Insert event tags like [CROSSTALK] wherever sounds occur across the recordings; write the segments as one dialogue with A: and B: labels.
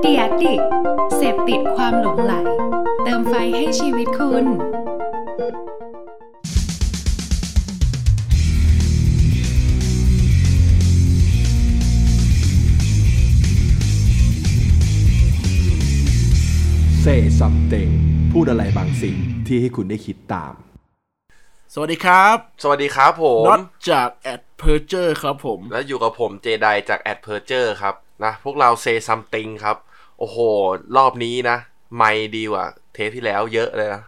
A: เดียดิกเสพติดความหลงไหล เติมไฟให้ชีวิตคุณ
B: Say something พูดอะไรบางสิ่งที่ให้คุณได้คิดตาม
C: สวัสดีครับ
D: สวัสดีครับผม
C: น็อตจากแอดเพอร์เจอร์ครับผม
D: และอยู่กับผมเจไดจากแอดเพอร์เจอร์ครับนะ พวกเราเซซัมติงครับ โอ้โห รอบนี้นะ ไม่ดีกว่าเทปที่แล้วเยอะเลยนะ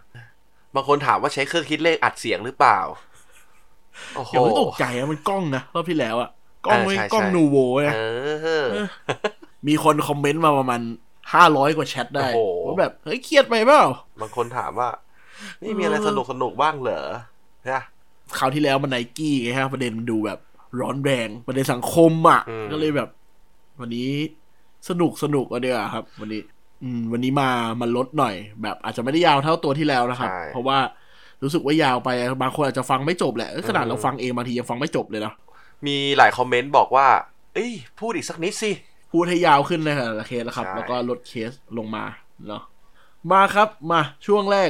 D: บางคนถามว่าใช้เครื่องคิดเลขอัดเสียงหรือเปล่า โอ้โห
C: อย่าเพิ่งตกใจนะมันกล้องนะรอบที่แล้วอะกล้อง
D: เออ
C: ไม่
D: ใช่
C: กล้อง
D: ใช่
C: นูโวนะ
D: เออ
C: มีคนคอมเมนต์มาประมาณห้าร้อยกว่าแชทได้
D: โอ้โห
C: ว่าแบบ เฮ้ย เครียดไปเปล่า
D: บางคนถามว่า นี่มีอะไรสนุกสนุกๆบ้างเหรอนะ
C: คราวที่แล้วมันไนกี้ไงฮะประเด็นมันดูแบบร้อนแรงประเด็นสังคมอะก็เลยแบบ วันนี้สนุกสนุกเอาเดียวาครับ วันนี้ อืม วันนี้มามาลดหน่อย แบบอาจจะไม่ได้ยาวเท่าตัวที่แล้วนะครับ เพราะว่ารู้สึกว่ายาวไปบางคนอาจจะฟังไม่จบแหละเอ้ยขนาดเราฟังเองบางทียังฟังไม่จบเลยนะ
D: มีหลายคอมเมนต์บอกว่า เอ้ย พูดอีกสักนิดสิ
C: พูดให้ยาวขึ้นในแต่ละเคสแล้วครับ
D: ใช่
C: แล้วก็ลดเคสลงมาเนาะมาครับมาช่วงแรก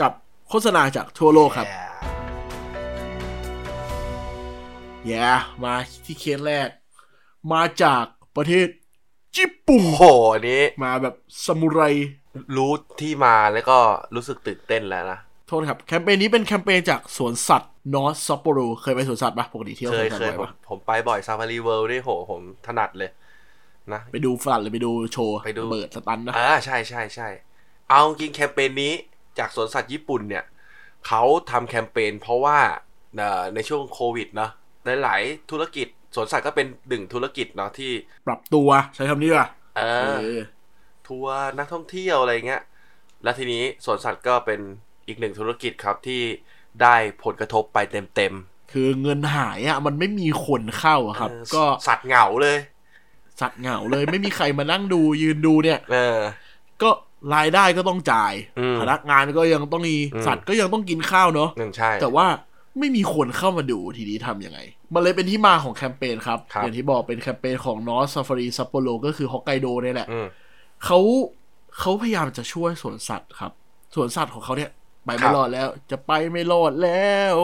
C: กับโฆษณาจากทั่วโลกครับ
D: แหม
C: แย่ yeah, มาที่เคสแรก มาจากประเทศญี่ปุ่น
D: โอ้โห อันนี้
C: มาแบบซามูไร
D: รู้ที่มาแล้วก็รู้สึกตื่นเต้นแล้วนะ
C: โทษครับ แคมเปญนี้เป็นแคมเปญจากสวนสัตว์นอ t h ซัปโปโรเคยไปสวนสัตว์ปะปกติเที่ยว
D: เค
C: สวย นสัต
D: เค
C: ว์
D: ย
C: บ่อย
D: ผม
C: ปะ
D: ผมไปบ่อยซาฟารีเวิลด์นี่โห ผมถนัดเลย นะ
C: ไปดูสัตว์หรือไปดูโชว์
D: ไปดู
C: เบิดสตันนะ
D: อ่าใช่ใช่ใช่เอาจริงแคมเปญนี้จากสวนสัตว์ญี่ปุ่นเนี่ย เขาทำแคมเปญเพราะว่าเอ่อในช่วงโควิดเนาะหลายๆธุรกิจสวนสัตว์ก็เป็นหนึ่งธุรกิจเนาะที่
C: ปรับตัวใช้คำนี้ดีกว่า
D: เอ
C: เอ
D: อ
C: อ
D: ทัวร์นักท่องเที่ยวอะไรเงี้ย แล้วทีนี้สวนสัตว์ก็เป็นอีกหนึ่งธุรกิจครับที่ได้ผลกระทบไปเต็ม
C: คือเงินหายอ่ะมันไม่มีคนเข้าอะ
D: ๆ
C: ครับ
D: เออ
C: ก็
D: สัตว์เหงาเลย
C: สัตว์เหงาเลย ไม่มีใครมานั่งดูยืนดูเนี่ย
D: เออ
C: ก็รายได้ก็ต้องจ่าย
D: อืม
C: พนักงานก็ยังต้องมี
D: อืม
C: สัตว์ก็ยังต้องกินข้าวเนาะ
D: นั่นใช่
C: แต่ว่าไม่มีคนเข้ามาดูทีนี้ทำยังไง มันเลยเป็นที่มาของแคมเปญครับ
D: ครับ
C: อย่างที่บอกเป็นแคมเปญของนอสซาฟารีซัปโปโรก็คือฮอกไกโดเนี่ยแหละ
D: อืม
C: เขาเขาพยายามจะช่วยสวนสัตว์ครับสวนสัตว์ของเขาเนี่ย ไป
D: ครั
C: ไม่
D: บ
C: รอดแล้ว จะไปไม่รอดแล้ว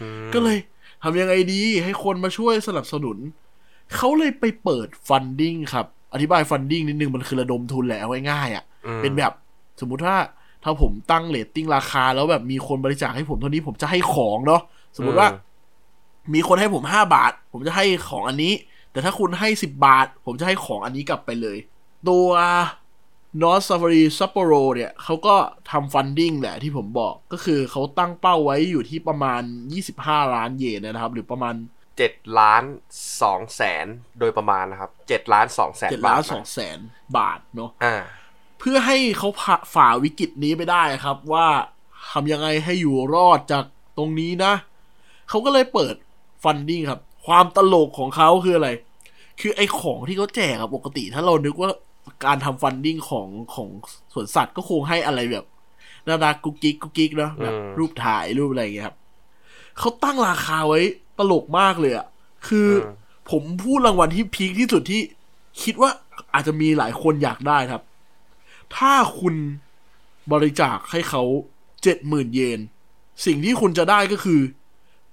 D: อืม
C: ก็เลยทำยังไงดีให้คนมาช่วยสนับสนุน เขาเลยไปเปิดฟันดิ้งครับ อธิบายฟันดิ้งนิดนึงมันคือระดมทุนแหละเอาง่ายๆอ่ะ
D: อืม
C: เป็นแบบสมมุติว่าถ้าผมตั้งเรตติ้งราคาแล้วแบบมีคนบริจาคให้ผมเท่านี้ผมจะให้ของเนาะสมมติว่า มีคนให้ผมห้าบาท ผมจะให้ของอันนี้ แต่ถ้าคุณให้สิบบาท ผมจะให้ของอันนี้กลับไปเลย ตัวนอ t ซ s ฟ f รีซัปโปโรเนี่ยเขาก็ทำฟันดิ้งแหละที่ผมบอกก็คือเขาตั้งเป้าไว้อยู่ที่ประมาณ 25 ล้านเยนนะครับ หรือประมาณ
D: เจ็ดล้านสองแสนโดยประมาณนะครับเจ็ดล้านสองแสน
C: 7
D: บา
C: ล้า
D: ท
C: น
D: นะ
C: 2แสนบาทเนาะ
D: อ่า
C: เพื่อให้เขาผ่าฝ่าวิกฤตนี้ไปได้ครับว่าทำยังไงให้อยู่รอดจากตรงนี้นะ เขาก็เลยเปิดฟันดิ้งครับ ความตลกของเขาคืออะไร คือไอ้ของที่เขาแจกอะปกติ ถ้าเรานึกว่าการทำฟันดิ้งของของสวนสัตว์ก็คงให้อะไรแบบน่ารักกุ๊กกิ๊กกุ๊กกิ๊กเนอะแบบ
D: อืม
C: รูปถ่ายรูปอะไรอย่างเงี้ยครับเขาตั้งราคาไว้ตลกมากเลยอะคืออผมพูดรางวัลที่พีคที่สุดที่ คิดว่าอาจจะมีหลายคนอยากได้ครับ ถ้าคุณบริจาคให้เขาเจ็ดหมื่นเยน สิ่งที่คุณจะได้ก็คือ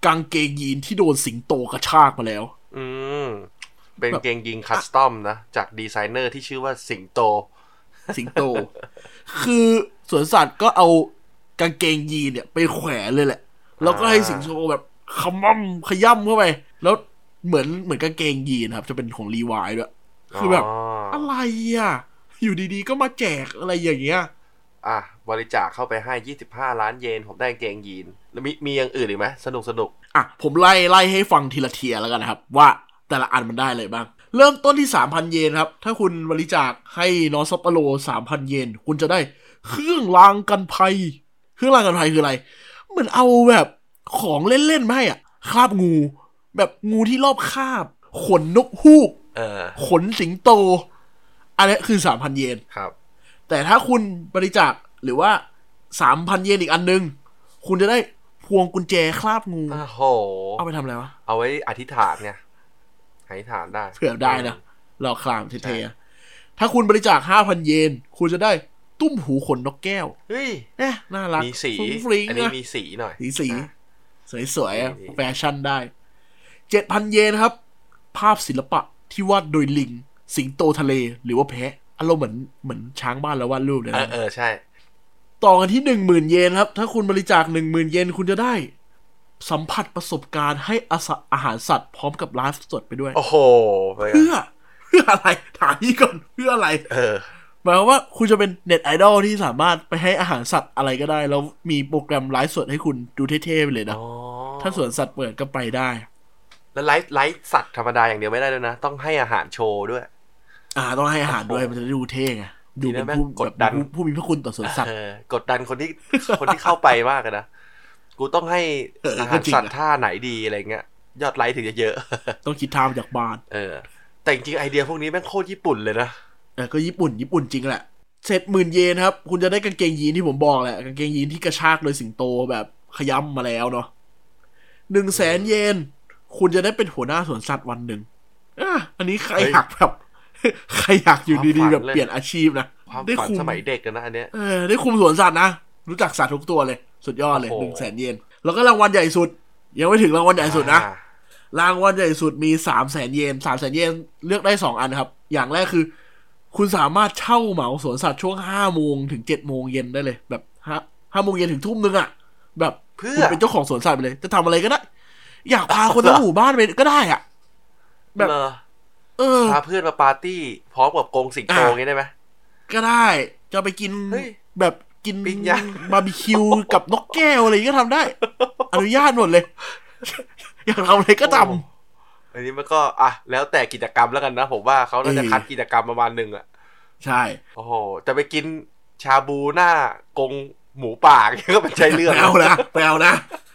C: กางเกงยีนที่โดนสิงโตกระชากมาแล้ว
D: อืม เป็นเกงยิงคัสตอมนะ จากดีไซเนอร์ที่ชื่อว่าสิงโต
C: สิงโต คือสวนสัตว์ก็เอากางเกงยีนเนี่ยไปแขวนเลยแหละ แล้วก็ให้สิงโตแบบขมั่มขย่ำเข้าไป แล้วเหมือนเหมือนกางเกงยีนครับ จะเป็นของรีวายด้วย คือแบบ
D: อ๋อ
C: อะไรอ่ะ อยู่ดีๆก็มาแจกอะไรอย่างเงี้ย
D: อ่ะ บริจาคเข้าไปให้ยี่สิบห้าล้านเยน ผมได้กางเกงยีน แล้วมีมีอย่างอื่นอีกไหมสนุกสนุก
C: อ่ะ ผมไล่ไล่ให้ฟังทีละเทียร์แล้วกันนะครับ ว่าแต่ละอันมันได้อะไรบ้าง เริ่มต้นที่ 3,000 เยนครับ ถ้าคุณบริจาคให้นอสปโล 3,000 เยน คุณจะได้เครื่องรางกันภัย เครื่องรางกันภัยคืออะไร เหมือนเอาแบบของเล่นๆมาให้อ่ะคราบงู แบบงูที่รอบคาบ ขนนกฮูก
D: เออ
C: ขนสิงโต อันนี้คือ 3,000 เยน
D: ครับ
C: แต่ถ้าคุณบริจาคหรือว่า 3,000 เยนอีกอันนึง คุณจะได้พวงกุญแจคราบงู
D: โอ้โห
C: เอาไปทำอะไรวะ
D: เอาไว้อธิษฐานเนี่ยอธิษฐานได้
C: เผื่อได้นะเราคลามเท่ๆ ถ้าคุณบริจาคห้าพันเยน คุณจะได้ตุ้มหูขนนกแก้ว
D: เฮ้ย
C: เอ๊ะน่ารัก
D: มีสี
C: ฟรุ้งฟริ้ง
D: อันนี้
C: นะ
D: มีสีหน่อย
C: สีสีสวยๆอะ
D: ดีๆ
C: แฟชั่นได้เจ็ดพันเยนครับ ภาพศิลปะที่วาดโดยลิง สิงโตทะเลหรือว่าแพะอารมณ์เหมือนเหมือนช้างบ้านแล้ววาดรูปเลย
D: เออ
C: นะ
D: เออใช่
C: ต่อกันที่หนึ่งหมื่นเยนครับ ถ้าคุณบริจาคหนึ่งหมื่นเยนคุณจะได้ สัมผัสประสบการณ์ให้อาสะอาหารสัตว์พร้อมกับไลฟ์สดไปด้วย
D: โอ้โหไปกัน
C: เพื่อ เพื่ออะไร ถามนี่ก่อนเพื่ออะไร
D: เออ
C: หมายความว่าคุณจะเป็นเน็ตไอดอลที่สามารถไปให้อาหารสัตว์อะไรก็ได้ แล้วมีโปรแกรมไลฟ์สดให้คุณดูเท่ๆไปเลยนะ
D: อ๋อ
C: ถ้าสวนสัตว์เปิดก็ไปได้
D: แล้วไลฟ์ไลฟ์สัตว์ธรรมดาอย่างเดียวไม่ได้ด้วยนะ ต้องให้อาหารโชว์ด้วย
C: อ่าต้องให้อาหารด้วยมันจะได้ดูเท่ไงดูเป็นผู้
D: ดีนะแม่งกดดัน
C: แบบผู้ผู้มีพระคุณต่อสวนสัต
D: เอ
C: ว์
D: อกดดันคนที่ คนที่เข้าไปมากเลยนะ กูต้องให้
C: เออ
D: อา
C: ก็
D: หาร
C: จริง
D: สัตว์
C: อะ
D: ท่าไหนดีอะไรเงี้ย ยอดไลค์ถึงจะเยอะ
C: ต้องคิดทามจากบ้าน
D: เออ แต่จริงๆไอเดียพวกนี้แม่งโคตรญี่ปุ่นเลยนะ
C: เออก็ญี่ปุ่นญี่ปุ่นจริงแหละเจ็ดหมื่นเยนครับ คุณจะได้กางเกงยีนที่ผมบอกแหละกางเกงยีนที่กระชากโดยสิงโตแบบขย้ำมาแล้วเนาะหนึ่งแสนเยน คุณจะได้เป็นหัวหน้าสวนสัตว์วันหนึ่งอ่ะอันนี้ใคร
D: เฮ้ย
C: อยากแบบ [LAUGHS] ใครอยากอยู่ดีๆแบบ
D: ความฝันเลย
C: เปลี่ยนอาชีพนะ
D: ความ
C: ได้
D: ฝัน
C: คุม
D: สมัยเด็กกันนะอันเนี้ย
C: เออได้คุมสวนสัตว์นะรู้จักสัตว์ทุกตัวเลย สุดยอดเลยห
D: โอ้โห
C: นึ่งแสนเยนแล้วก็รางวัลใหญ่สุด ยังไม่ถึงรางวัลใหญ่สุดนะ
D: อ่าร
C: างวัลใหญ่สุดมีสามแสนเยนสามแสนเยนเลือกได้สองอันครับ อย่างแรกคือ คุณสามารถเช่าเหมาสวนสัตว์ช่วงห้าโมงถึงเจ็ดโมงเย็นได้เลย แบบห้าห้าโมงเย็นถึงทุ่มนึงอะ่ะ แบบ
D: เพื่
C: คุ
D: อ
C: ณเป็นเจ้าของสวนสัตว์ไปเลย จะทำอะไรก็ได้ อยากพาคนทั้งหมู่บ้านไปก็ได้อะ่ะ แบบ
D: เหรอ
C: เออ
D: พาเพื่อนมาปาร์ตี้ พร้อมกับกรงสิงโต
C: อ่ะ
D: เงี้ยได้ไหม
C: ก็ได้จะไปกิน
D: เฮ้ย
C: แบบกิน
D: ปิ้งย่าง
C: บาร์บีคิ
D: [LAUGHS]
C: วกับนกแก้วอะไรอย่างเงี้ยก็ทำได้ อนุญาตหมดเลย [LAUGHS] อยากทำอะไรก็ทำ
D: อันนี้มันก็อ่ะแล้วแต่กิจกรรมแล้วกันนะ ผมว่าเขาน่าจะ
C: เออ
D: คัดกิจกรรมประมาณหนึ่งอะ
C: ใช่
D: โอ้โหจะไปกินชาบูหน้ากรงหมูป่า [LAUGHS] เงี้ยก็เป็นใช้เรื่อง
C: ไม่เอานะไม่เอานะ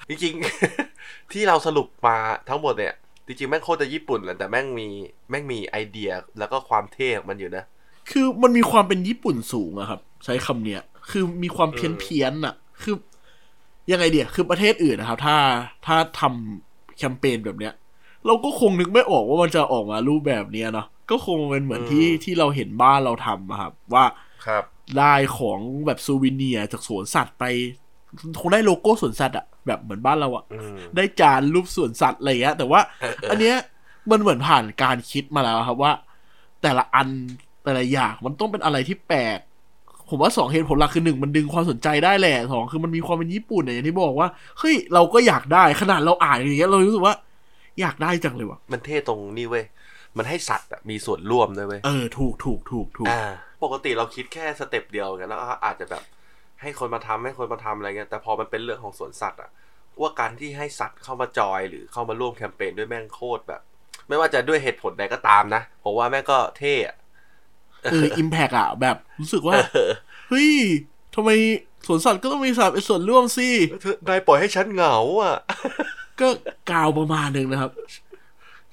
D: จริงๆ [LAUGHS] ที่เราสรุปมาทั้งหมดเนี่ย จริงๆ แม่งโคตรจะญี่ปุ่นแหละแต่แม่งมีแม่งมีไอเดียแล้วก็ความเท่ของมันอยู่นะ
C: คือมันมีความเป็นญี่ปุ่นสูงอะครับ ใช้คำเนี้ย คือมีความเพี้ยนเพี้ยนๆอะคือ ยังไงเดียคือประเทศอื่นนะครับ ถ้าถ้าทำแคมเปญแบบเนี้ย เราก็คงนึกไม่ออกว่ามันจะออกมารูปแบบเนี้ยเนาะก็คงเป็นเหมือน
D: อืม
C: ที่ที่เราเห็นบ้านเราทำอะครับ ว่า
D: ครับ
C: ได้ของแบบซูวิเนียร์จากสวนสัตว์ไป คงได้โลโก้สวนสัตว์อะแบบเหมือนบ้านเราอะ
D: อืม
C: ได้จานรูปสวนสัตว์อะไรอย่างเงี้ย แต่ว่า
D: เออเอออั
C: อันเนี้ยมันเหมือนผ่านการคิดมาแล้วครับว่า แต่ละอันแต่ละอย่างมันต้องเป็นอะไรที่แปลก ผมว่าสองเหตุผลหลักคือหนึ่งมันดึงความสนใจได้แหละสองคือมันมีความเป็นญี่ปุ่นเนี่ยอย่างที่บอกว่าเฮ้ยเราก็อยากได้ขนาดเราอ่านอย่างเงี้ยเรารู้สึกว่า อยากได้จังเลยว่ะ
D: มันเท่ตรงนี่เว้ย มันให้สัตว์อะมีส่วนร่วมด้วยเว้ย
C: เออถูกถูกถูก
D: [LAUGHS]
C: ถูก
D: อ่า ปกติเราคิดแค่สเต็ปเดียวไงแล้วก็อาจจะแบบ ให้คนมาทำให้คนมาทำอะไรเงี้ยแต่พอมันเป็นเรื่องของสวนสัตว์อะว่าการที่ให้สัตว์เข้ามาจอยหรือเข้ามาร่วมแคมเปญด้วยแม่งโคตรแบบ ไม่ว่าจะด้วยเหตุผลใดก็ตามนะผมว่าแม่งก็เท่อะ
C: เอออิมแพกอะแบบรู้สึกว่าเฮ้ยทำไมสวนสัตว์ก็ต้องมีสัตว์เป็นส่วนร่วมสิ
D: เธอนายปล่อยให้ฉันเหงาอะ
C: ก็กาวประมาณหนึ่งนะครับ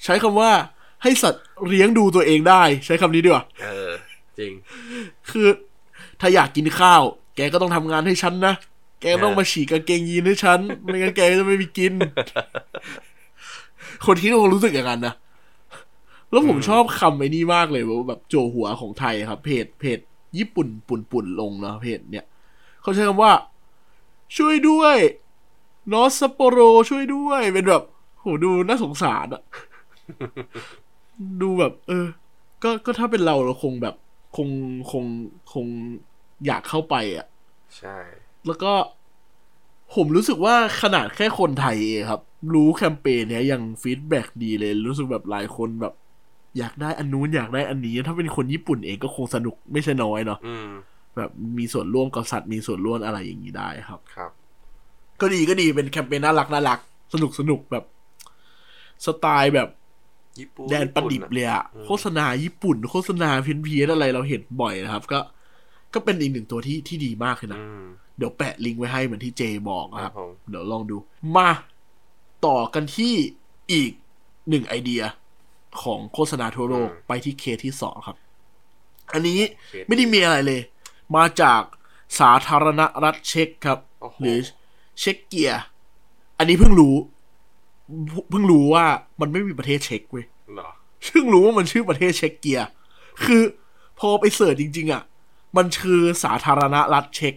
C: ใช้คำว่าให้สัตว์เลี้ยงดูตัวเองได้ ใช้คำนี้ดีกว่า
D: เออ จริง
C: คือ ถ้าอยากกินข้าว แกก็ต้องทำงานให้ฉันนะ แกต้องมาฉีกกางเกงยีนให้ฉัน ไม่งั้นแกก็จะไม่มีกิน คนที่คงรู้สึกอย่างนั้นนะแล้วผมชอบคำไอ้นี่มากเลยว่าแบบโจหัวของไทยครับ เพจเพจญี่ปุ่นปุ่นปุ่นลงเนอะเพจเนี่ยเขาใช้คำว่า ช่วยด้วยนอสซัปโปโรช่วยด้วย เป็นแบบโหดูน่าสงสารอะ ดูแบบ เออ ก็ก็ถ้าเป็นเราเราคงแบบคงคงคงอยากเข้าไปอะ
D: ใช่
C: แล้วก็ผมรู้สึกว่าขนาดแค่คนไทยเองครับ รู้แคมเปญเนี้ยยังฟีดแบ็กดีเลย รู้สึกแบบหลายคนแบบ อยากได้อันนู้นอยากได้อันนี้ ถ้าเป็นคนญี่ปุ่นเองก็คงสนุกไม่ใช่น้อยเนาะ
D: อืม
C: แบบมีส่วนร่วมกับสัตว์มีส่วนร่วมอะไรอย่างนี้ได้ครับ
D: ครับ
C: ก็ดีก็ดีเป็นแคมเปญน่ารักน่ารักสนุกสนุกแบบ สไตล์แบบ
D: ญี่ปุ่น
C: แดนประดิบ
D: ญี่น
C: เลยอะ
D: อืม
C: โฆษณาญี่ปุ่น โฆษณาเพี้ยนๆอะไรเราเห็นบ่อยนะครับ ก็ก็เป็นอีกหนึ่งตัวที่ที่ดีมากเลยนะ
D: อืม
C: เดี๋ยวแปะลิงก์ไว้ให้เหมือนที่เจบอกนะครับ
D: ครับผม
C: เดี๋ยวลองดู มาต่อกันที่อีกหนึ่งไอเดียของโฆษณาทั่วโลกไปที่เคสที่สองครับ อันนี้ไม่ได้มีอะไรเลย มาจากสาธารณรัฐเช็กครับ
D: โอ้โห
C: หรือเช็กเกีย อันนี้เพิ่งรู้ เพิ่งรู้ว่ามันไม่มีประเทศเช็กเว้ย
D: เหรอ
C: ซึ่งรู้ว่ามันชื่อประเทศเช็กเกียร์ คือพ อไปเสิร์ชจริง ๆ อ่ะ มันคือสาธารณรัฐเช็ก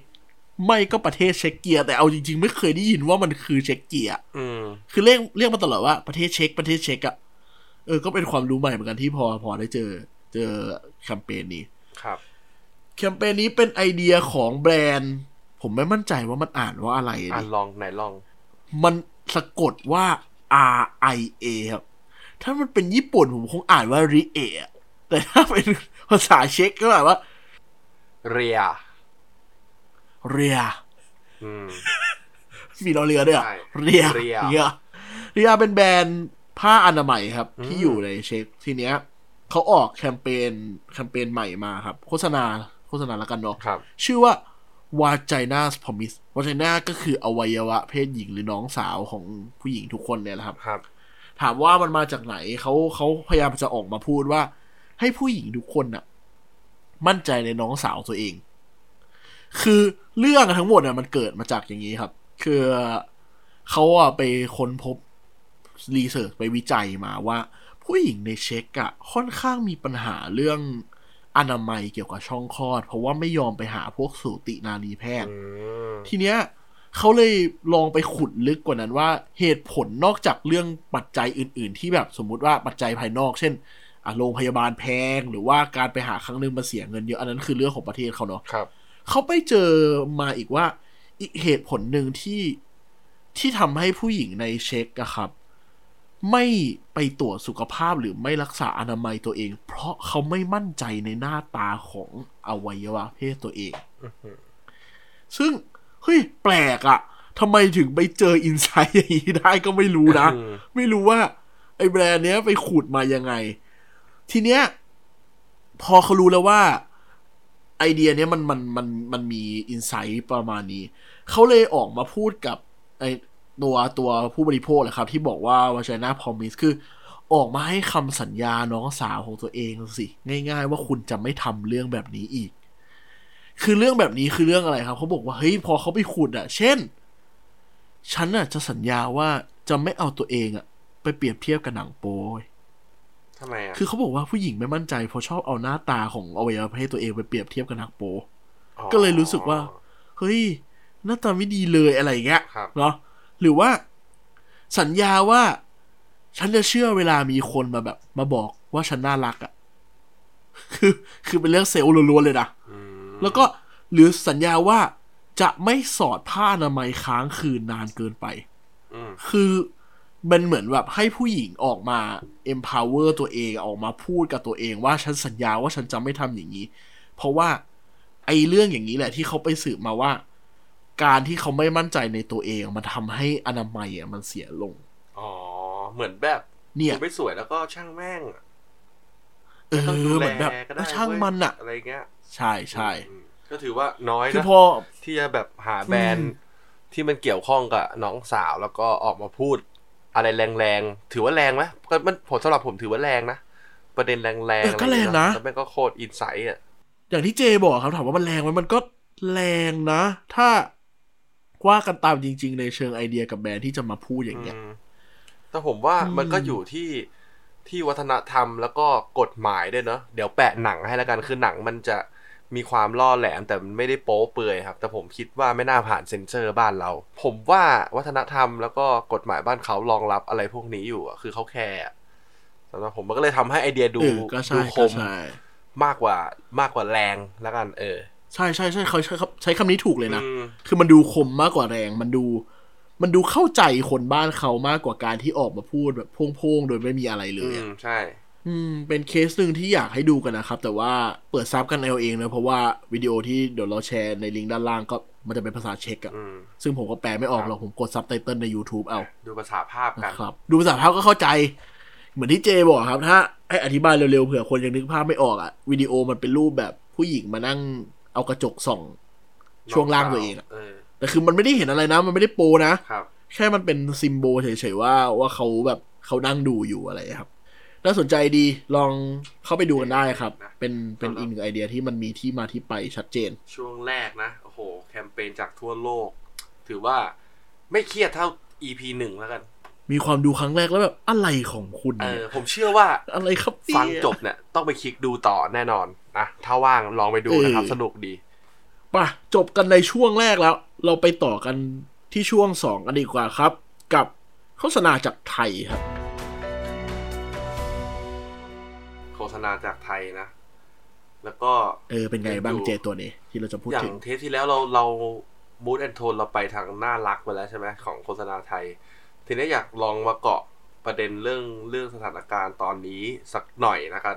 C: ไม่ก็ประเทศเช็กเกียแต่เอาจริง ๆ ไม่เคยได้ยินว่ามันคือเช็กเกีย
D: อืม
C: คือเรียกเรียกมาตลอดว่าประเทศเช็กประเทศเช็กอะเออก็เป็นความรู้ใหม่เหมือนกันที่พอพอได้เจอ เจอแคมเปญนี้
D: ครับ
C: แคมเปญนี้เป็นไอเดียของแบรนด์ ผมไม่มั่นใจว่ามันอ่านว่าอะไร
D: อ่ะ
C: ดิ
D: ลองไหนลอง
C: มันสะกดว่า R I A ครับ ถ้ามันเป็นญี่ปุ่นผมคงอ่านว่าริเอะแต่ถ้าเป็นภาษาเช็กก็แบบว่า
D: เรีย
C: เรีย
D: อืม
C: มีรอเรือด้วยเหรอ
D: ใช่
C: เรีย
D: เรีย
C: เรียเรียเป็นแบรนด์ผ้าอนามัยครับ
D: อืม
C: ที่อยู่ในเชฟทีเนี้ยเขาออกแคมเปญแคมเปญใหม่มาครับ โฆษณาโฆษณาละกันเนาะ
D: ครับ
C: ชื่อว่าวาจ i นาสพอมิสวาจ i นาก็คืออวัยวะเพศหญิงหรือน้องสาวของผู้หญิงทุกคนเนี่ยแหละครับ
D: ครับ
C: ถามว่ามันมาจากไหนเขาเขาพยายามจะออกมาพูดว่า ให้ผู้หญิงทุกคนน่ะ มั่นใจในน้องสาวตัวเอง คือเรื่องทั้งหมดน่ะมันเกิดมาจากอย่างนี้ครับ คือเขาอะไปค้นพบรีเสิร์ชไปวิจัยมาว่า ผู้หญิงในเช็กอะค่อนข้างมีปัญหาเรื่องอนามัยเกี่ยวกับช่องคลอด เพราะว่าไม่ยอมไปหาพวกสูตินารีแพทย์
D: อืม
C: ทีเนี้ยเขาเลยลองไปขุดลึกกว่านั้นว่าเหตุผลนอกจากเรื่องปัจจัยอื่น ๆ ที่แบบสมมุติว่าปัจจัยภายนอก เช่นอ่ะโรงพยาบาลแพง หรือว่าการไปหาครั้งหนึ่งมาเสียเงินเยอะอันนั้นคือเรื่องของประเทศเขาเนาะ
D: ครับ
C: เขาไปเจอมาอีกว่าอีกเหตุผลหนึ่งที่ที่ทำให้ผู้หญิงในเช็กอะครับ ไม่ไปตรวจสุขภาพหรือไม่รักษาอนามัยตัวเอง เพราะเขาไม่มั่นใจในหน้าตาของอวัยวะเพศตัวเอง ซึ่ง เฮ้ย แปลกอะทำไมถึงไปเจออินไซต์อย่างนี้ได้ก็ไม่รู้นะ
D: อืม
C: ไม่รู้ว่า ไอ้แบรนด์เนี้ยไปขูดมายังไง ทีเนี้ย พอเขารู้แล้วว่า ไอเดียเนี้ยมันมันมันมันมีอินไซต์ประมาณนี้ เขาเลยออกมาพูดกับไอตัวตัวผู้บริโภคแหละครับ ที่บอกว่าวาชนาพอมิสคือ ออกมาให้คำสัญญาน้องสาวของตัวเองสิ ง่าย ๆ ว่าคุณจะไม่ทำเรื่องแบบนี้อีก คือเรื่องแบบนี้คือเรื่องอะไรครับ เขาบอกว่าเฮ้ยพอเขาไปขุดอะเช่น ฉันอะจะสัญญาว่าจะไม่เอาตัวเองอะไปเปรียบเทียบกับหนังโป้ย
D: ทำไมอ่ะ
C: คือเขาบอกว่าผู้หญิงไม่มั่นใจเพราะชอบเอาหน้าตาของอวัยวะเพศตัวเองไปเปรียบเทียบกับหนังโป
D: อ๋อ
C: ก็เลยรู้สึกว่า เฮ้ย หน้าตาไม่ดีเลยอะไรอย่างเงี้ย
D: ครับ
C: เนาะหรือว่า สัญญาว่า ฉันจะเชื่อเวลามีคนมาแบบ มาบอกว่าฉันน่ารักอะ่ะ คือ คือเป็นเรื่องเซลล์ล้วนๆเลยนะ
D: อืม
C: แล้วก็หรือสัญญาว่าจะไม่สอดผ้าอนามัยค้างคืนนานเกินไป
D: อืม
C: คือมันเหมือนแบบให้ผู้หญิงออกมา empower ตัวเองออกมาพูดกับตัวเองว่าฉันสัญญาว่าฉันจะไม่ทำอย่างนี้ เพราะว่าไอ้เรื่องอย่างนี้แหละที่เขาไปสืบมาว่า การที่เขาไม่มั่นใจในตัวเองมันทำให้อนามัยอ่ะมันเสียลง
D: อ๋อ เหมือนแบบ
C: เนี่ย
D: กูไม่สวยแล้วก็ช่างแม่งอะ
C: เออ
D: ต้องดู
C: เห
D: แล
C: มือนแบบ
D: ก็ได้
C: เออช่างมัน
D: เว้ย
C: อ่ะ
D: อะไรเงี้ย
C: ใช่ใช่
D: อืมก็ถือว่าน้อย
C: คือ
D: นะ
C: พอ
D: ที่จะแบบหาแบรนด์ที่มันเกี่ยวข้องกับน้องสาวแล้วก็ออกมาพูด อะไรแรงๆ ถือว่าแรงไหมก็มันผมสำหรับผมถือว่าแรงนะ ประเด็นแรงๆ
C: เอออ
D: ไร
C: ก็
D: เงี้ย
C: แรงนะ
D: แล้วแม่งก็โคตรอินไซต์อ่ะ
C: อย่างที่เจบอกครับถามว่ามันแรงไหมมันก็แรงนะ ถ้าว่ากันตามจริง ๆ ในเชิงไอเดียกับแบรนด์ที่จะมาพูดอย่างเงี้ย
D: อืมแต่ผมว่า
C: อืม
D: มันก็อยู่ที่ที่วัฒนธรรมแล้วก็กฎหมายด้วยเนอะเดี๋ยวแปะหนังให้แล้วกันคือหนังมันจะมีความล่อแหลมแต่มันไม่ได้โป๊เปลือยครับ แต่ผมคิดว่าไม่น่าผ่านเซ็นเซอร์บ้านเรา ผมว่าวัฒนธรรมแล้วก็กฎหมายบ้านเขารองรับอะไรพวกนี้อยู่อะคือเขาแคร์อะสำหรับผมมันก็เลยทำให้ไอเดียดู
C: เออก็ใช่
D: ดูค
C: ก็
D: ม
C: ใช่
D: มากกว่ามากกว่าแรงแล้วกัน เออ
C: ใช่ใช่ใช่เขาใช้คำใช้คำนี้ถูกเลยนะ
D: อืม
C: คือมันดูคมมากกว่าแรง มันดู มันดูเข้าใจคนบ้านเขามากกว่าการที่ออกมาพูดแบบโพ่งๆ โดยไม่มีอะไรเล
D: อื
C: ยอะ
D: มใช่
C: อืม เป็นเคสหนึ่งที่อยากให้ดูกันนะครับ แต่ว่าเปิดซับกันเอาเองนะ เพราะว่าวิดีโอที่เดี๋ยวเราแชร์ในลิงก์ด้านล่างก็มันจะเป็นภาษาเช็กอะ
D: อืม
C: ซึ่งผมก็แปลไม่ออกหรอก ผมกดซับไตเติลใน YouTube เอา
D: ดูภาษาภาพกัน
C: นะครับดูภาษาภาพก็เข้าใจ เหมือนที่เจบอกครับ ถ้าให้อธิบายเร็วๆเผื่อคนยังนึกภาพไม่ออกอะวิดีโอมันเป็นรูปแบบผู้หญิงมานั่งเอากระจกส่อง ช่วงล่างตัวเองอะ
D: เออ
C: แต่คือมันไม่ได้เห็นอะไรนะ มันไม่ได้โปนะ
D: ครับ
C: แค่มันเป็นซิมโบลเฉยๆว่าว่าเขาแบบเขานั่งดูอยู่อะไรครับ น่าสนใจดีลองเข้าไปดูกันได้ครับ เป็นเป็นอีกหนึ่งไอเดียที่มันมีที่มาที่ไปชัดเจน
D: ช่วงแรกนะ โอ้โห แคมเปญจากทั่วโลก ถือว่าไม่เครียดเท่า EP หนึ่งแล้วกัน
C: มีความดูครั้งแรกแล้วแบบอะไรของคุณ
D: เออ
C: เนี่ย
D: ผมเชื่อว่า
C: อะไรครับเนี่ย
D: ฟังจบเนี่ยต้องไปคลิกดูต่อแน่นอนนะถ้าว่างลองไปดูนะครับ
C: เออ
D: สนุกดี
C: ป่ะจบกันในช่วงแรกแล้ว เราไปต่อกันที่ช่วงสองกันดีกว่าครับ กับโฆษณาจากไทยครับ
D: โฆษณาจากไทยนะ แล้วก็
C: เออเป็นไงบ้างเจตัวนี้ที่เราจะพูด
D: อย่าง
C: ถึง
D: เทปที่แล้วเราเรามูดแอนโทนเราไปทางน่ารักไปแล้วใช่ไหมของโฆษณาไทย ทีนี้อยากลองมาเกาะประเด็นเรื่องเรื่องสถานการณ์ตอนนี้สักหน่อยนะกัน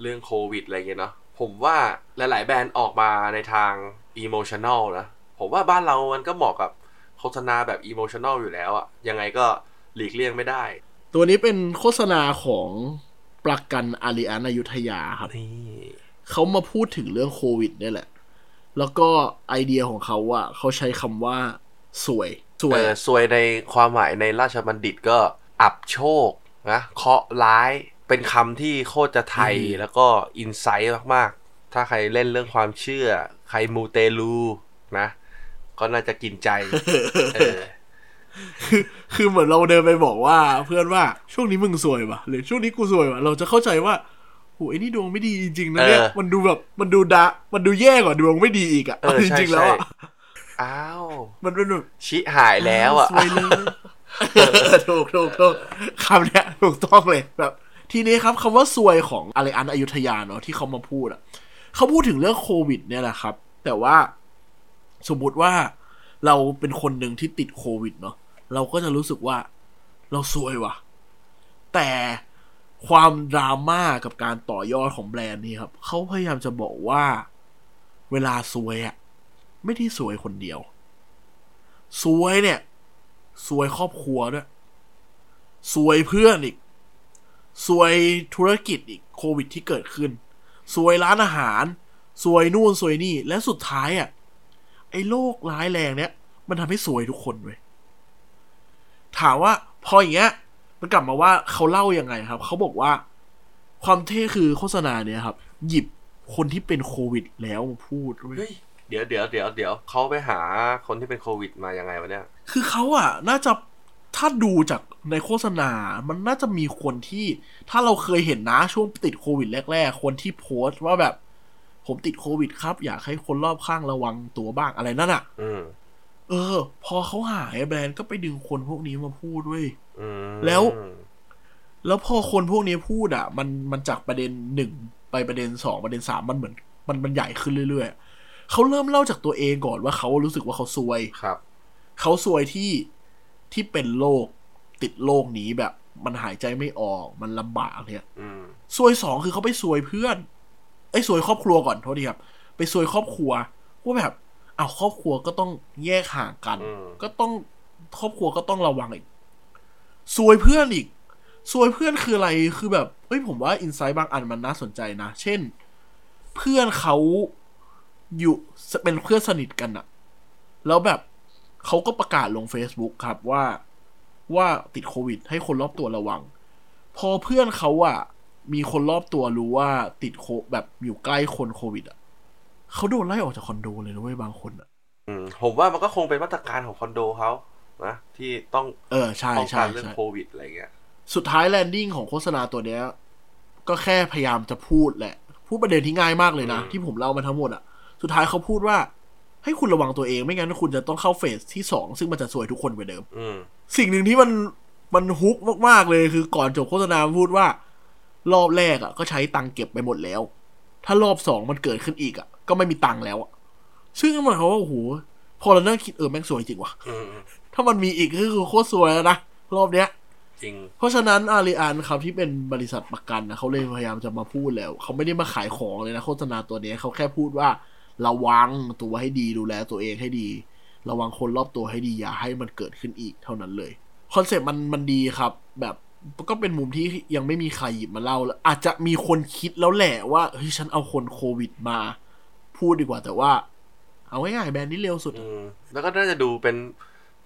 D: เรื่องโควิดอะไรเงี้ยเนาะผมว่าหลาย ๆ แบรนด์ออกมาในทางอ m โมชัน a ลนะผมว่าบ้านเรามันก็เหมาะกับโฆษณาแบบอ m โมชัน a ลอยู่แล้วอะยังไงก็หลีกเลี่ยงไม่ได้
C: ตัวนี้เป็นโฆษณาของประกันอาริอันอยุธยาครับ
D: นี่
C: เขามาพูดถึงเรื่องโควิดเนี่ยแหละ แล้วก็ไอเดียของเขาอะเขาใช้คำว่าสวย สวย
D: เออซวยในความหมายในราชบัณฑิตก็อับโชคนะเคราะห์ร้ายเป็นคำที่โคตรจะไทย
C: อืม
D: แล้วก็อินไซต์มากๆ ถ้าใครเล่นเรื่องความเชื่อ ใครมูเตลูนะ ก็น่าจะกินใจ เอ
C: [LAUGHS]
D: อ
C: คือเหมือนเราเดินไปบอกว่าเพื่อนว่าช่วงนี้มึงสวยปะหรือช่วงนี้กูสวยปะเราจะเข้าใจว่าโหไอ้นี่ดวงไม่ดีจริงๆนะเนี่ย
D: เออ
C: มันดูแบบมันดูดะ มันดูแย่กว่าดวงไม่ดีอีกอะ
D: เออ
C: จ
D: ใช่
C: ริงๆแล้
D: ใช่
C: วอะ
D: อ้าว
C: มันเป็นแบบ
D: ชิหายแล้วอ่ะ
C: สวยเลย [LAUGHS] ถูกถูกถูกคำเนี้ยถูกต้องเลยแบบ ทีนี้ครับคำว่าสวยของอะไรอันอยุธยาเนาะที่เขามาพูดอะเขาพูดถึงเรื่องโควิด เนี่ยแหละครับ แต่ว่า สมมติว่าเราเป็นคนหนึ่งที่ติดโควิดเนาะเราก็จะรู้สึกว่าเราซวยว่ะ แต่ความดราม่ากับการต่อยอดของแบรนด์นี้ครับ เขาพยายามจะบอกว่า เวลาซวยอะไม่ได้ซวยคนเดียวซวยเนี่ยซวยครอบครัวด้วยซวยเพื่อนอีกซวยธุรกิจอีกโควิดที่เกิดขึ้นซวยร้านอาหารซวยนู่นซวยนี่และสุดท้ายอ่ะ ไอ้โรคร้ายแรงเนี้ยมันทำให้ซวยทุกคนเว้ยถามว่าพออย่างเงี้ย มันกลับมาว่าเขาเล่ายังไงครับ เขาบอกว่า ความเท่คือโฆษณาเนี่ยครับ หยิบคนที่เป็นโควิดแล้วมาพูดเว้ย
D: เฮ้ยเดี๋ยวเดี๋ยวเดี๋ยวเดี๋ยวเขาไปหาคนที่เป็นโควิดมายังไงวะเนี่ย
C: คือเขาอะน่าจะถ้าดูจากในโฆษณา มันน่าจะมีคนที่ ถ้าเราเคยเห็นนะช่วงติดโควิดแรก ๆ คนที่โพสต์ว่าแบบ ผมติดโควิดครับ อยากให้คนรอบข้างระวังตัวบ้างอะไรนั่นอะ
D: อืม
C: เออ พอเขาหายแบรนด์ก็ไปดึงคนพวกนี้มาพูดเว้ย
D: อืม
C: แล้ว แล้วพอคนพวกนี้พูดอ่ะ มันมันจากประเด็นหนึ่งไปประเด็นสองประเด็นสามมันเหมือน มันมันใหญ่ขึ้นเรื่อยๆเขาเริ่มเล่าจากตัวเองก่อนว่าเขารู้สึกว่าเขาซวย
D: ครับ
C: เขาซวยที่ที่เป็นโรคติดโรคนี้แบบ มันหายใจไม่ออกมันลำบากเนี่ย
D: อืม
C: ซวยสองคือเขาไปซวยเพื่อนไอ้ยซวยครอบครัวก่อนโทษทีครับไปซวยครอบครัวว่าแบบเอาวครอบครัวก็ต้องแยกห่างกัน
D: อืม
C: ก็ต้องครอบครัวก็ต้องระวังอีกซวยเพื่อนอีกซวยเพื่อนคืออะไรคือแบบเอ้ยผมว่าอินไซต์บางอันมันน่าสนใจนะ เช่น เพื่อนเขาอยู่เป็นเพื่อนสนิทกันอะแล้วแบบเขาก็ประกาศลง Facebook ครับว่าว่าติดโควิด ให้คนรอบตัวระวัง พอเพื่อนเขาอะมีคนรอบตัวรู้ว่าติดโคแบบอยู่ใกล้คนโควิดอะเขาโดนไล่ออกจากคอนโดเลยนะเว้ยบางคนอะ
D: อืมผมว่ามันก็คงเป็นมาตรการของคอนโดเขานะที่ต้อง
C: เออใช่
D: ป้อง
C: ใช่
D: กันเรื่อ
C: ใช่
D: งโควิดอะไรเงี้ย
C: สุดท้ายแลนดิ้งของโฆษณาตัวเนี้ย ก็แค่พยายามจะพูดแหละ พูดประเด็นที่ง่ายมากเลยนะ
D: อืม
C: ที่ผมเล่ามาทั้งหมดอะสุดท้ายเขาพูดว่า ให้คุณระวังตัวเองไม่งั้นคุณจะต้องเข้าเฟสที่สองซึ่งมันจะซวยทุกคนกว่าเดิม
D: อืม
C: สิ่งหนึ่งที่มันมันฮุกมากๆเลยคือก่อนจบโฆษณาพูดว่า รอบแรกอะก็ใช้ตังค์เก็บไปหมดแล้ว ถ้ารอบสองมันเกิดขึ้นอีกอะก็ไม่มีตังค์แล้วอะซึ่งหมายความว่าโอ้โหพอเรานั่งคิดเออแม่งซวยจริงว่ะ
D: อืม
C: ถ้ามันมีอีกก็คือโคตรซวยแล้วนะรอบเนี้ย
D: จริง
C: เพราะฉะนั้นอารีอันครับที่เป็นบริษัทประกันนะเขาเลยพยายามจะมาพูดแล้ว เขาไม่ได้มาขายของเลยนะโฆษณาตัวเนี้ยเขาแค่พูดว่า ระวังตัวให้ดีดูแลตัวเองให้ดี ระวังคนรอบตัวให้ดีอย่าให้มันเกิดขึ้นอีกเท่านั้นเลยคอนเซปต์มันมันดีครับ แบบก็เป็นมุมที่ยังไม่มีใครหยิบมาเล่าแล้วอาจจะมีคนคิดแล้วแหละว่าเฮ้ยฉันเอาคนโควิดมา พูดดีกว่าแต่ว่า เอาง่ายๆแบรนด์นี้เร็วสุด
D: อืม แล้วก็น่าจะดูเป็น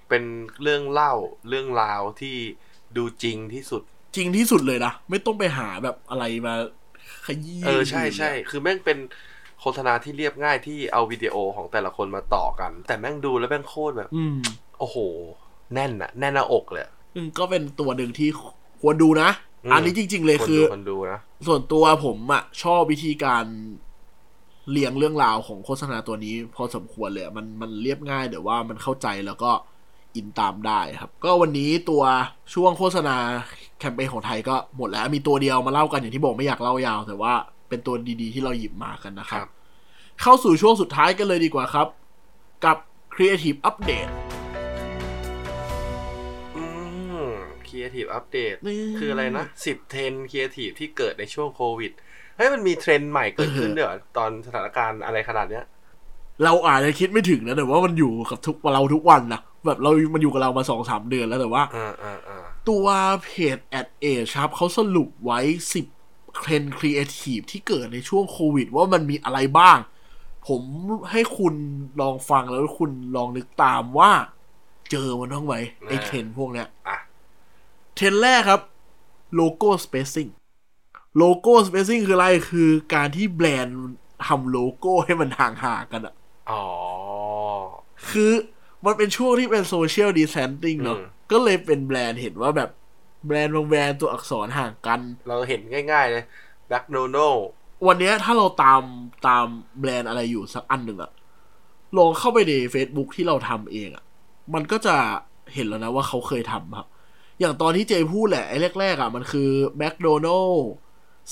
D: เป็นเรื่องเล่า เรื่องราวที่ดูจริงที่สุด
C: จริงที่สุดเลยนะไม่ต้องไปหาแบบอะไรมาขยี้
D: เออ ใช่ใช่ คือแม่งเป็นโฆษณาที่เรียบง่ายที่เอาวิดีโอของแต่ละคนมาต่อกัน แต่แม่งดูแล้วแม่งโคตรแบบ
C: อืม
D: โอ้โห แน่นอะแน่นหน้าอกเลยอะ
C: อืมก็เป็นตัวหนึ่งที่ควรดูนะ
D: อืม
C: อันนี้จริง ๆ เลย
D: คน
C: คื
D: ดู
C: อ
D: คนดูนะ
C: ส่วนตัวผมอะชอบวิธีการเลี้ยงเรื่องราวของโฆษณาตัวนี้ พอสมควรเลยอะมันมันเรียบง่ายแต่ว่ามันเข้าใจแล้วก็อินตามได้ครับ ก็วันนี้ตัวช่วงโฆษณาแคมเปญของไทยก็หมดแล้วมีตัวเดียวมาเล่ากันอย่างที่บอกไม่อยากเล่ายาว แต่ว่าเป็นตัวดีๆที่เราหยิบมากันนะครั
D: ครับ บ
C: เข้าสู่ช่วงสุดท้ายกันเลยดีกว่าครับ กับ Creative Update
D: อืมครีเอทีฟอัปเดต
C: นี่
D: คืออะไรนะสิบเทรนครีเอทีฟที่เกิดในช่วงโควิดเฮ้ยมันมีเทรนด์ใหม่เกิดขึ้นด้วยเหรอตอนสถานการณ์อะไรขนาดเนี้ย
C: เราอาจจะคิดไม่ถึงนะแต่ว่ามันอยู่กับทุกเราทุกวันนะแบบเรา มันอยู่กับเรามาสองสามเดือนแล้วแต่ว่า
D: อ่าอ่าอ่า
C: ตัวเพจ at a ครับเขาสรุปไว้ 10เทรนด์ครีเอทีฟที่เกิดในช่วงโควิด ว่ามันมีอะไรบ้าง ผมให้คุณลองฟังแล้วคุณลองนึกตามว่า เจอมันบ้างไหมไอเทรนด์พวกเนี้ย
D: อ่ะ
C: เทรนด์แรกครับโลโก้ spacing โลโก้ spacing คืออะไรคือการที่แบรนด์ทำโลโก้ให้มันห่างๆกันอะ
D: อ๋อ
C: คือมันเป็นช่วงที่เป็นโซเชียลดิสแ n นติ้งเนาะ
D: อืม
C: ก็เลยเป็นแบรนด์เห็นว่าแบบแบรนด์บางแบรนด์ตัวอักษรห่างกัน
D: เราเห็นง่ายๆเลยดักโนโน
C: วันเนี้ยถ้าเราตามตามแบรนด์อะไรอยู่สักอันหนึ่งอะลองเข้าไปใน Facebook ที่เราทำเองอะมันก็จะเห็นแล้วนะว่าเขาเคยทำครับ อย่างตอนที่เจพูดแหละ ไอ้แรก ๆอะมันคือ McDonald's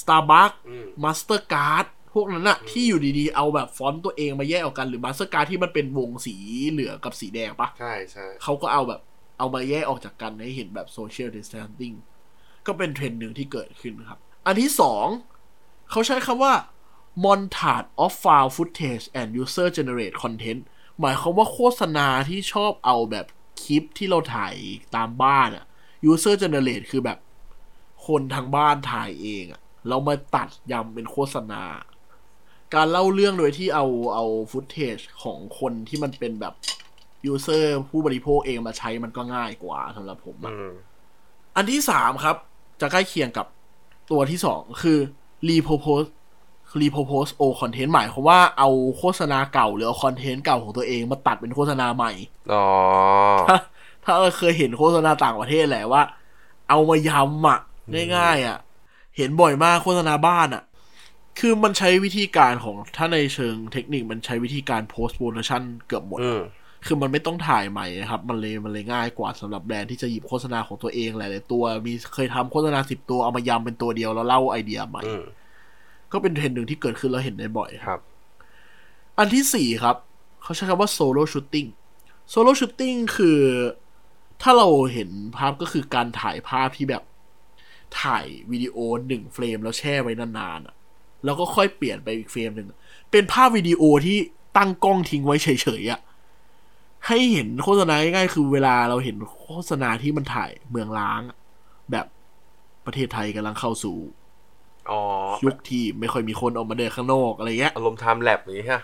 C: Starbucks
D: อืม
C: Mastercard พวกนั้นอะที่อยู่ดีๆ เอาแบบฟอนต์ตัวเองมาแยกออกกันหรือ Mastercard ที่มันเป็นวงสีเหลืองกับสีแดงปะ
D: ใช่ใช่
C: เขาก็เอาแบบเอามาแยกออกจากกันให้เห็นแบบโซเชียลดิสแ n นติ้งก็เป็นเทรนด์หนึ่งที่เกิดขึ้นครับ อันที่สองเขาใช้คำว่า montage of file footage and user generate content หมายความว่าโฆษณาที่ชอบเอาแบบคลิปที่เราถ่ายตามบ้านอะ user generate คือแบบคนทางบ้านถ่ายเองอะเรามาตัดยำเป็นโฆษณา การเล่าเรื่องโดยที่เอาเอาฟุตเทจของคนที่มันเป็นแบบ ยูเซอร์ผู้บริโภคเองมาใช้มันก็ง่ายกว่าสำหรับผมอะ
D: อืม
C: อันที่สามครับ จะใกล้เคียงกับตัวที่สองคือ repurpose repurpose o content หมายความว่าเอาโฆษณาเก่าหรือเอาคอนเทนต์เก่าของตัวเองมาตัดเป็นโฆษณาใหม่
D: อ๋อ
C: ถ้าถ้าเราเคยเห็นโฆษณาต่างประเทศแหละว่า เอามาย้ำอะง่ายๆอะเห็นบ่อยมากโฆษณาบ้านอะคือมันใช้วิธีการของถ้าในเชิงเทคนิคมันใช้วิธีการ post production เกือบหมด
D: อืม
C: คือมันไม่ต้องถ่ายใหม่นะครับ มันเลยมันเลยง่ายกว่าสำหรับแบรนด์ที่จะหยิบโฆษณาของตัวเองหลายๆตัว มีเคยทำโฆษณาสิบตัวเอามายำเป็นตัวเดียวแล้วเล่าไอเดียใหม่
D: อืม
C: ก็เป็นเทรนด์หนึ่งที่เกิดขึ้นแล้วเห็นได้บ่อยค
D: ครับ รับ
C: อันที่สี่ครับ เขาใช้คำว่า solo shooting solo shooting คือ ถ้าเราเห็นภาพก็คือการถ่ายภาพที่แบบ ถ่ายวิดีโอหนึ่งเฟรมแล้วแช่ไว้นานๆอะแล้วก็ค่อยเปลี่ยนไปอีกเฟรมหนึ่งเป็นภาพวิดีโอที่ตั้งกล้องทิ้งไว้เฉยๆอะให้เห็นโฆษณาง่ายๆคือเวลาเราเห็นโฆษณาที่มันถ่ายเมืองล้างอะแบบประเทศไทยกำลังเข้าสู่
D: อ๋อ
C: ยุคที่ไม่ค่อยมีคนออกมาเดินข้างนอกอะไรเงี้ย
D: อารมณ์ไทม์แลบอย่างนี้ฮะ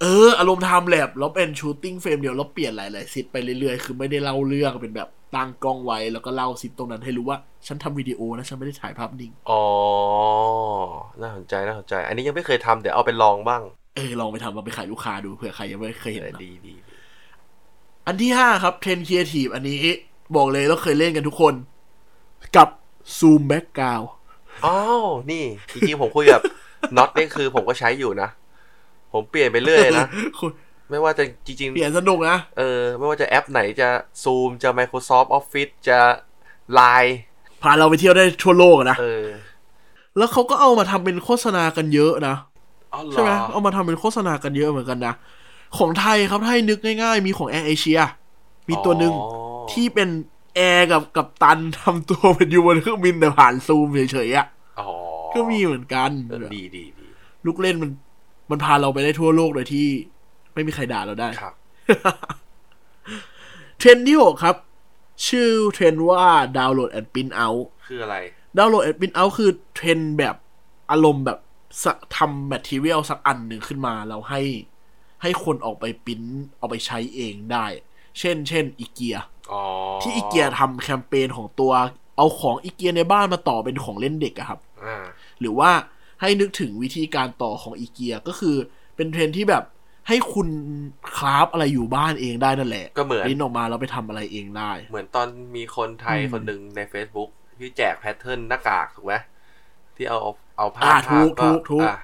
C: เออ อารมณ์ไทม์แลบแล้วเป็นชูตติ้งเฟรมเดียวแล้วเปลี่ยนหลาย ๆ ซิทไปเรื่อย ๆ คือไม่ได้เล่าเรื่องเป็นแบบตั้งกล้องไว้แล้วก็เล่าซิทตรงนั้นให้รู้ว่า ฉันทำวิดีโอนะ ฉันไม่ได้ถ่ายภาพนิ่ง
D: อ๋อ น่าสนใจ น่าสนใจ อันนี้ยังไม่เคยทำเดี๋ยวเอาไปลองบ้าง
C: เออ ลองไปทำมาไปขายลูกค้าดูเผื่อใครยังไม่เคยเห็น
D: เออ
C: นะ
D: ดีดีดี
C: อันที่ 5 ครับเทรนครีเอทีฟอันนี้ บอกเลยเราเคยเล่นกันทุกคน กับซูมแบ็กกราว
D: อ้าว นี่ จริงๆ ผมคุยกับ [LAUGHS] น็อตนี่คือผมก็ใช้อยู่นะ ผมเปลี่ยนไปเรื่อยนะ ไม่ว่าจะจริง
C: เปลี่ยนสนุกนะ
D: ๆ เออ ไม่ว่าจะแอปไหนจะ Zoom จะ Microsoft Office จะ Line
C: พาเราไปเที่ยวได้ทั่วโลกอะนะ
D: เออ
C: แล้วเขาก็เอามาทำเป็นโฆษณากันเยอะนะ
D: อ๋อเหรอ
C: ใช่ไหมเอามาทำเป็นโฆษณากันเยอะเหมือนกันนะ ของไทยครับถ้าให้นึกง่ายๆ มีของแอร์เอเชีย มีตัวหนึ่ง
D: อ๋อ
C: ที่เป็นแอร์กับกับตัน [LAUGHS] ทำตัวเป็นอยู่บนเครื่องบินแต่ผ่านซูมเฉยๆอ่ะ
D: อ๋อ
C: ก็มีเหมือนกัน
D: เออดีดีดี
C: ลูกเล่นมัน มันพาเราไปได้ทั่วโลกโดยที่ไม่มีใครด่าเราได้
D: ครับ
C: เทรนด์ที่ 6 ครับ ชื่อเทรนด์ว่าดาวน์โหลดแอนด์ปินเอา
D: คืออะไร
C: ดาวน์โหลดแอดมินเอาคือเทรนด์แบบอารมณ์แบบสะทำแมทเทียลสักอันหนึ่งขึ้นมาแล้วให้ให้คนออกไปปริ้นเอาไปใช้เองได้ เช่น เช่นอีเกีย
D: อ๋อ
C: ที่อีเกียทำแคมเปญของตัวเอาของอีเกียในบ้านมาต่อเป็นของเล่นเด็กอะครับ
D: อ่า
C: หรือว่าให้นึกถึงวิธีการต่อของอีเกียก็คือเป็นเทรนด์ที่แบบ ให้คุณคราฟอะไรอยู่บ้านเองได้นั่นแหละ
D: ก็เหมือน
C: ปริ้นออกมาแล้วไปทำอะไรเองได้
D: เหมือนตอนมีคนไทย
C: อืม
D: คนหนึ่งใน Facebook ที่แจกแพทเทิร์นหน้ากากถูกไหมที่เอาเอาผ้า
C: อ่า
D: ทา
C: ถู
D: บ
C: กถูกถูก
D: อ่ะ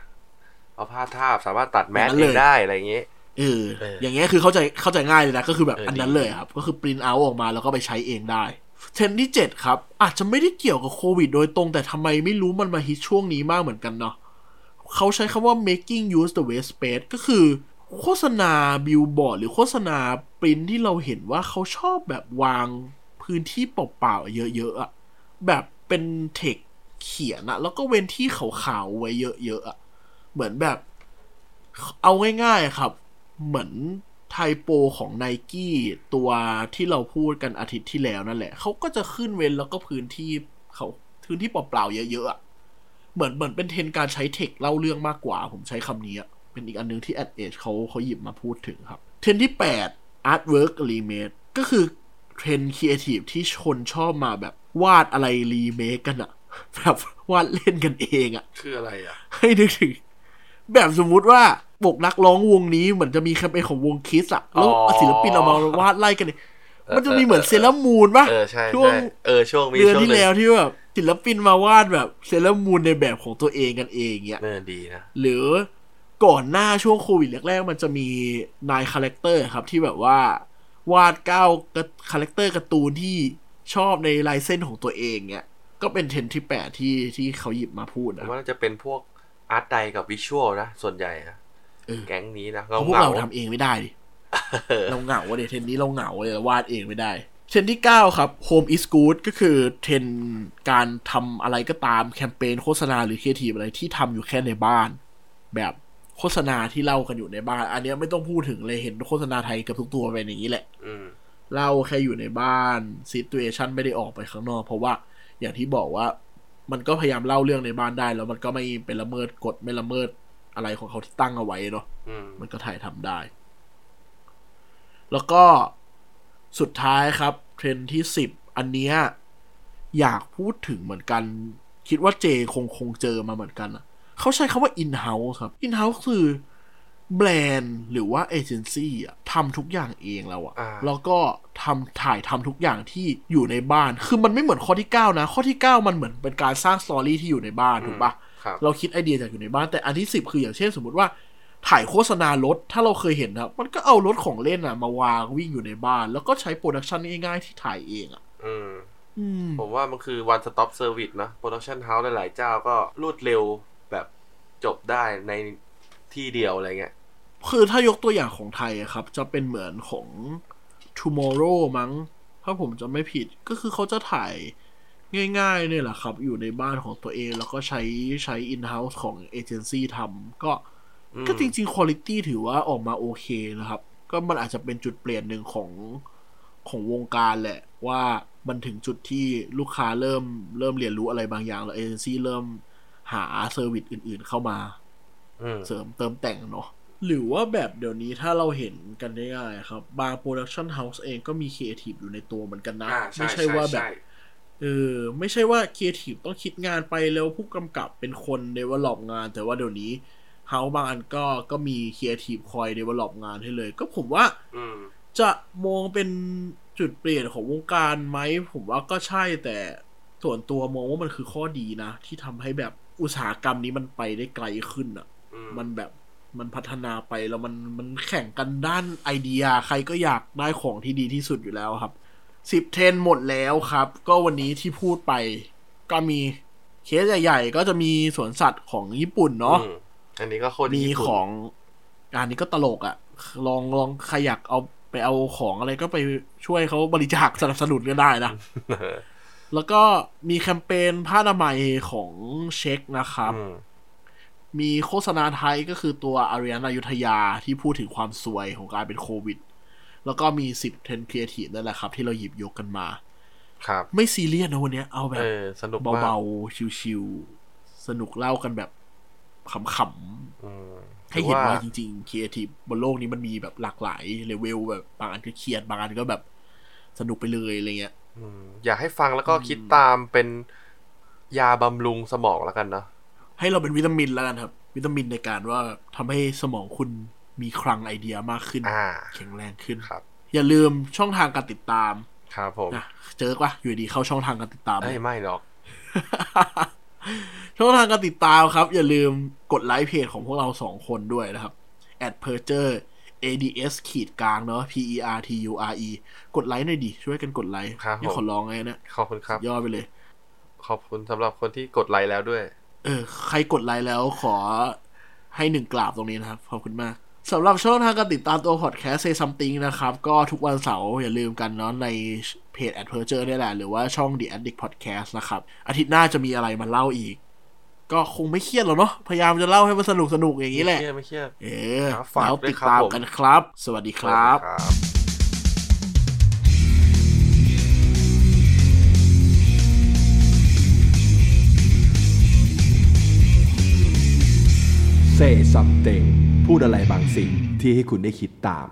D: เอาผ้าทาบสามารถตัดแมส
C: อย่างนั้นเล
D: เอ
C: ย
D: งได้อะไรอย่างงี้
C: เออ
D: เอออ
C: อย่างเงี้ยคือเข้าใจเข้าใจง่ายเลยนะ ก็คือแบบ
D: เอออั
C: อันนั้นเลยครับ ก็คือปรินเอาออกมาแล้วก็ไปใช้เองได้ เทรนด์ที่ 7 ครับ อาจจะไม่ได้เกี่ยวกับโควิดโดยตรงแต่ทำไมไม่รู้มันมาฮิตช่วงนี้มากเหมือนกันเนาะเขาใช้คำว่า making use the waste space ก็คือ โฆษณาบิลบอร์ดหรือโฆษณาปรินที่เราเห็นว่าเขาชอบแบบวางพื้นที่เปล่าๆเยอะๆอะแบบเป็นเทคเขียนอะแล้วก็เว้นที่ขาวๆไว้เยอะๆอะเหมือนแบบ เอาง่ายๆครับ เหมือนไทโปของไนกี้ตัวที่เราพูดกันอาทิตย์ที่แล้วนั่นแหละ เขาก็จะขึ้นเว้นแล้วก็พื้นที่เขาพื้นที่เปล่าๆเยอะๆอะเหมือนเหมือนเป็นเทรนด์การใช้เทคเล่าเรื่องมากกว่า ผมใช้คำนี้อะเป็นอีกอันนึงที่ Ad Age เขาเขาหยิบมาพูดถึงครับ เทรนด์ที่ 8 Artwork Remake ก็คือเทรนด์ครีเอทีฟที่คนชอบมาแบบวาดอะไรรีเมคกันอะ [LAUGHS] แบบวาดเล่นกันเองอะ
D: คืออะไรอ่ะ
C: ให้นึกถึง แบบสมมุติว่าบกนักร้องวงนี้เหมือนจะมีแคมเปญของวงคิสอะแล้ว
D: อ๋อ
C: ศิลปินเอามาวาดไล่กันเนี่ยมันจะมีเหมือนเซเลอร์มูนปะ
D: เออใช่
C: ช่วง
D: ใช่เออช่วงมี
C: เดือน
D: ช่วง
C: ที่
D: หนึ่ง
C: แล้วที่แบบศิลปินมาวาดแบบเซเลอร์มูนในแบบของตัวเองกันเองเนี่ย
D: เออดีนะ
C: หรือก่อนหน้าช่วงโควิดแรกๆ มันจะมีนายคาแรคเตอร์ครับที่แบบว่าวาดเก้าวคาแรคเตอร์การ์ตูนที่ชอบในลายเส้นของตัวเองเนี่ยก็เป็นเทรนด์ที่แปดที่ที่เขาหยิบมาพูด
D: ผ
C: นะ
D: มว่าน่าจะเป็นพวกอาร์ตไดกับวิชวลนะ ส่วนใหญ่นะ
C: เออ
D: แก๊งนี้นะ
C: เพ
D: เงา
C: ราะพวก
D: เงา
C: เราทำเองไม่ได้ดิ
D: เออ
C: เราเหงาเดี๋ยเทรนนี้เราเหงาเลยเราวาดเองไม่ได้ เทรนที่ 9 ครับ Home is good ก็คือเทรนการทำอะไรก็ตามแคมเปญโฆษณาหรือครีเอทีฟอะไรที่ทำอยู่แค่ในบ้าน แบบโฆษณาที่เล่ากันอยู่ในบ้าน อันเนี้ยไม่ต้องพูดถึงเลยเห็นโฆษณาไทยเกับทุกตัวเป็นอย่างนี้แหละ
D: อืม
C: เล่าแค่อยู่ในบ้านซิตูเอชันไม่ได้ออกไปข้างนอก เพราะว่าอย่างที่บอกว่ามันก็พยายามเล่าเรื่องในบ้านได้ แล้วมันก็ไม่เป็นละเมิดกฎไม่ละเมิดอะไรของเขาที่ตั้งเอาไว้เนาะ
D: อืม
C: มันก็ถ่ายทำได้ แล้วก็สุดท้ายครับ เทรนด์ที่สิบอันเนี้ยอยากพูดถึงเหมือนกัน คิดว่าเจคงคงเจอมาเหมือนกันอะเขาใช้คำว่า in-house ครับ in-house คือแบรนด์หรือว่าเอเจนซี่อะทำทุกอย่างเองแล้วอะ
D: า
C: แล้วก็ทำถ่ายทำทุกอย่างที่อยู่ในบ้าน คือมันไม่เหมือนข้อที่ 9 นะ ข้อที่ 9 มันเหมือนเป็นการสร้างสตอรี่ที่อยู่ในบ้านถูกปะ
D: ครับ
C: เราคิดไอเดียจากอยู่ในบ้านแต่อันที่สิบคืออย่างเช่นสมมติว่าถ่ายโฆษณารถถ้าเราเคยเห็นนะครับมันก็เอารถของเล่นอ่ะ มาวางวิ่งอยู่ในบ้าน แล้วก็ใช้โปรดักชันง่ายๆที่ถ่ายเองอ่ะ
D: อืม
C: อืม
D: ผมว่ามันคือ one stop service นะ production house หลาย ๆ เจ้าก็รวดเร็วแบบจบได้ในที่เดียวอะไรเงี้ย
C: คือถ้ายกตัวอย่างของไทยอะครับ จะเป็นเหมือนของ tomorrow มั้ง ถ้าผมจะไม่ผิดก็คือเขาจะถ่ายง่ายๆเนี่ยแหละครับ อยู่ในบ้านของตัวเอง แล้วก็ใช้ใช้ in-house ของเอเจนซี่ทำก็
D: อืม
C: ก็จริงๆคุณ i t y ถือว่าออกมาโอเคนะครับ ก็มันอาจจะเป็นจุดเปลี่ยนหนึ่งของของวงการแหละ ว่ามันถึงจุดที่ลูกค้าเริ่มเริ่มเรียนรู้อะไรบางอย่าง แล้วเอเจนซี่เริ่มหาเซอร์วิสอื่นๆเข้ามา
D: อืม
C: เสริมเติมแต่งเนาะหรือว่าแบบเดี๋ยวนี้ถ้าเราเห็นกันได้ง่ายๆครับ บางโปรดักชันเฮาส์เองก็มีครีเอทีฟอยู่ในตัวเหมือนกันนะ
D: อ่า
C: ไม่ใช่ว่าแบบ
D: ใช่
C: เออ ไม่ใช่ว่าครีเอทีฟต้องคิดงานไปแล้วผู้กำกับเป็นคนเดเวล็อปงาน แต่ว่าเดี๋ยวนี้เฮาบางอันก็ก็มีครีเอทีฟคอยเดเวล็อปงานให้เลย ก็ผมว่า
D: อืม
C: จะมองเป็นจุดเปลี่ยนของวงการไหม ผมว่าก็ใช่แต่ส่วนตัวมองว่ามันคือข้อดีนะ ที่ทำให้แบบอุตสาหกรรมนี้มันไปได้ไกลขึ้นอ่ะ
D: อืม
C: มันแบบมันพัฒนาไปแล้วมันมันแข่งกันด้านไอเดีย ใครก็อยากได้ของที่ดีที่สุดอยู่แล้วครับสิบเทนหมดแล้วครับ ก็วันนี้ที่พูดไป ก็มีเคสใหญ่ๆ ก็จะมีสวนสัตว์ของญี่ปุ่นเนาะ
D: อืมอันนี้ก็โคตร
C: มี
D: ญี่ปุ่น
C: ของอันนี้ก็ตลกอะลองลองใครอยากเอาไปเอาของอะไรก็ไปช่วยเขาบริจาคสนับสนุนก็ได้นะ
D: เอ [LAUGHS] อ
C: แล้วก็มีแคมเปญผ้าอนามัยของเช็คนะครับ
D: อืม
C: มีโฆษณาไทยก็คือตัวอารียนายุทยาที่พูดถึงความสวยของการเป็นโควิด แล้วก็มี 10 เทรนครีเอทีฟนั่นแหละครับ ที่เราหยิบยกกันมา
D: ครับ
C: ไม่ซีเรียสนะวันเนี้ยเอาแบ
D: เอบอ สนุกมาก
C: เบาๆ ชิวๆ สนุกเล่ากันแบบขำ
D: อืม
C: ๆ ให้เห็น
D: ถือ
C: ว่าจริงๆครีเอทีฟบนโลกนี้มันมีแบบหลากหลายเลเวลแบบบางอันก็เครียดบางอันก็แบบสนุกไปเลยอะไรเงี้ย
D: อืมอยากให้ฟังแล้วก็คิดตามเป็นยาบำรุงสมองแล้วกันเนาะ
C: ให้เราเป็นวิตามินแล้วกันครับ วิตามินในการว่าทำให้สมองคุณ มีคลังไอเดียมากขึ้น
D: อ่า
C: แข็งแรงขึ้น
D: ครับ
C: อย่าลืมช่องทางการติดตาม
D: ครับผม
C: นะเจอปะอยู่ดีเข้าช่องทางการติดตาม
D: เอ้ย ไม่หรอก
C: [LAUGHS] ช่องทางการติดตามครับ อย่าลืมกดไลค์เพจของพวกเราสองคนด้วยนะครับ at p e r g e r ads ขีดกลางเนาะ p e r t u r e กดไลค์หน่อยดิ ช่วยกันกดไลค์
D: ครับผม
C: นี่ขอร้องไงนะ
D: ขอบคุณครับ
C: ยอดไปเลย
D: ขอบคุณสำหรับคนที่กดไลค์แล้วด้วย
C: เออ ใครกดไลค์แล้วขอให้หนึ่งกราบตรงนี้นะครับ ขอบคุณมากสำหรับช่องทางการติดตามตัวพอดแคสต์ Say Something นะครับ ก็ทุกวันเสาร์อย่าลืมกันเนาะในเพจ Ad p e r g e r ได้แหละ หรือว่าช่อง The Addict Podcast นะครับ อาทิตย์หน้าจะมีอะไรมาเล่าอีก ก็คงไม่เครียดหรอกเนาะพยายามจะเล่าให้มันสนุกสนุกๆอย่างนี้แหละ
D: ไม่เครียดไม่เครียด
C: เออ
D: ครับฝาก
C: แล้ว
D: ด้วย
C: ติด
D: ครับ
C: ตาม
D: ผม
C: กันครับ สวัสดีครับ
D: ครับ
B: เซซัมเตงพูดอะไรบางสิ่งที่ให้คุณได้คิดตาม